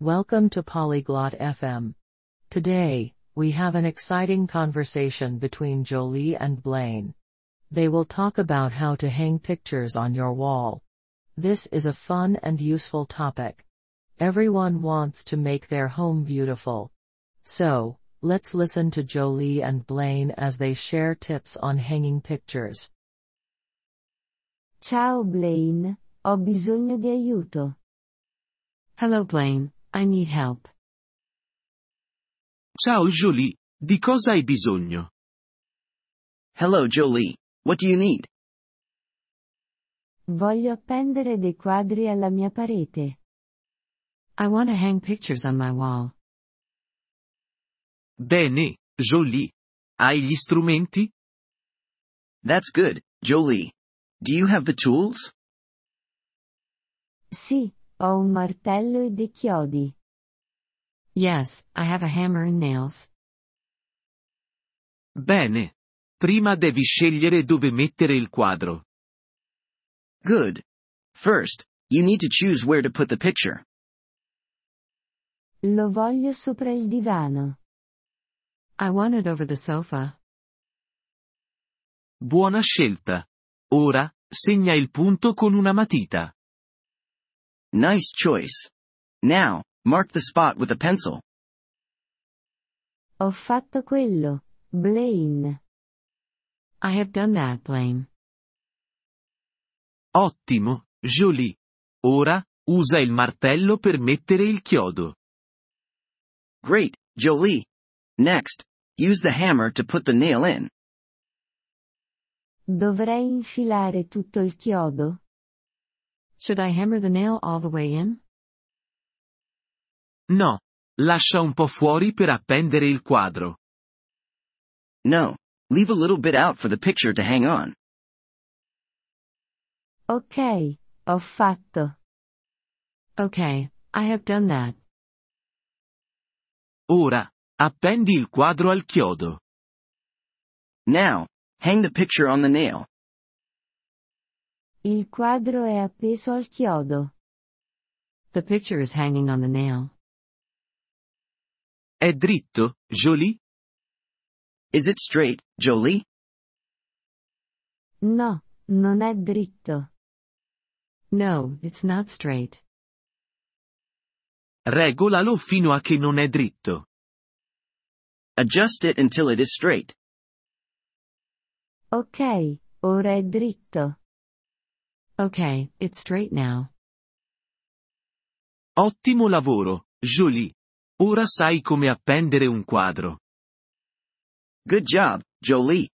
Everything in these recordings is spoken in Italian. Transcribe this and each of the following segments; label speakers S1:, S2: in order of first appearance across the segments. S1: Welcome to Polyglot FM. Today, we have an exciting conversation between Jolie and Blaine. They will talk about how to hang pictures on your wall. This is a fun and useful topic. Everyone wants to make their home beautiful. So, let's listen to Jolie and Blaine as they share tips on hanging pictures.
S2: Ciao Blaine, ho bisogno di aiuto.
S3: Hello Blaine, I need help.
S4: Ciao Jolie, di cosa hai bisogno?
S5: Hello Jolie, what do you need?
S2: Voglio appendere dei quadri alla mia parete.
S3: I want to hang pictures on my wall.
S4: Bene, Jolie. Hai gli strumenti?
S5: That's good, Jolie. Do you have the tools?
S2: Sì, ho un martello e dei chiodi.
S3: Yes, I have a hammer and nails.
S4: Bene. Prima devi scegliere dove mettere il quadro.
S5: Good. First, you need to choose where to put the picture.
S2: Lo voglio sopra il divano.
S3: I want it over the sofa.
S4: Buona scelta. Ora, segna il punto con una matita.
S5: Nice choice. Now, mark the spot with a pencil.
S2: Ho fatto quello, Blaine.
S3: I have done that, Blaine.
S4: Ottimo, Jolie. Ora, usa il martello per mettere il chiodo.
S5: Great, Jolie. Next, use the hammer to put the nail in.
S2: Dovrei infilare tutto il chiodo?
S3: Should I hammer the nail all the way in?
S4: No. Lascia un po' fuori per appendere il quadro.
S5: No. Leave a little bit out for the picture to hang on.
S2: Ok, ho fatto.
S3: Okay, I have done that.
S4: Ora, appendi il quadro al chiodo.
S5: Now, hang the picture on the nail.
S2: Il quadro è appeso al chiodo.
S3: The picture is hanging on the nail.
S4: È dritto, Jolie?
S5: Is it straight, Jolie?
S2: No, non è dritto.
S3: No, it's not straight.
S4: Regolalo fino a che non è dritto.
S5: Adjust it until it is straight.
S2: Ok, ora è dritto.
S3: Okay, it's straight now.
S4: Ottimo lavoro, Jolie. Ora sai come appendere un quadro.
S5: Good job, Jolie.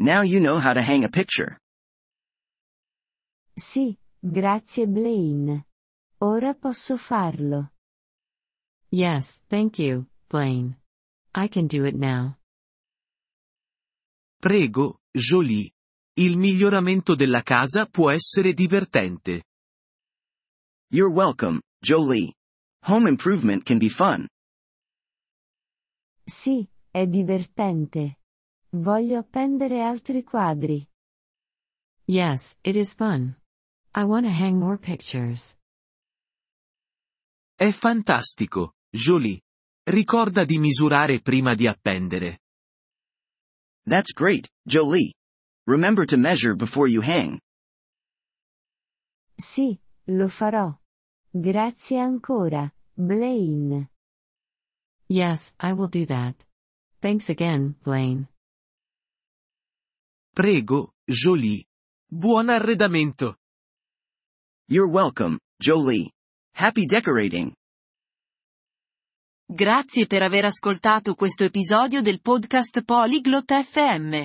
S5: Now you know how to hang a picture.
S2: Sì, grazie Blaine. Ora posso farlo.
S3: Yes, thank you, Blaine. I can do it now.
S4: Prego, Jolie. Il miglioramento della casa può essere divertente.
S5: You're welcome, Jolie. Home improvement can be fun.
S2: Sì, è divertente. Voglio appendere altri quadri.
S3: Yes, it is fun. I want to hang more pictures.
S4: È fantastico, Jolie. Ricorda di misurare prima di appendere.
S5: That's great, Jolie. Remember to measure before you hang.
S2: Sì, lo farò. Grazie ancora, Blaine.
S3: Yes, I will do that. Thanks again, Blaine.
S4: Prego, Jolie. Buon arredamento.
S5: You're welcome, Jolie. Happy decorating.
S6: Grazie per aver ascoltato questo episodio del podcast Polyglot FM.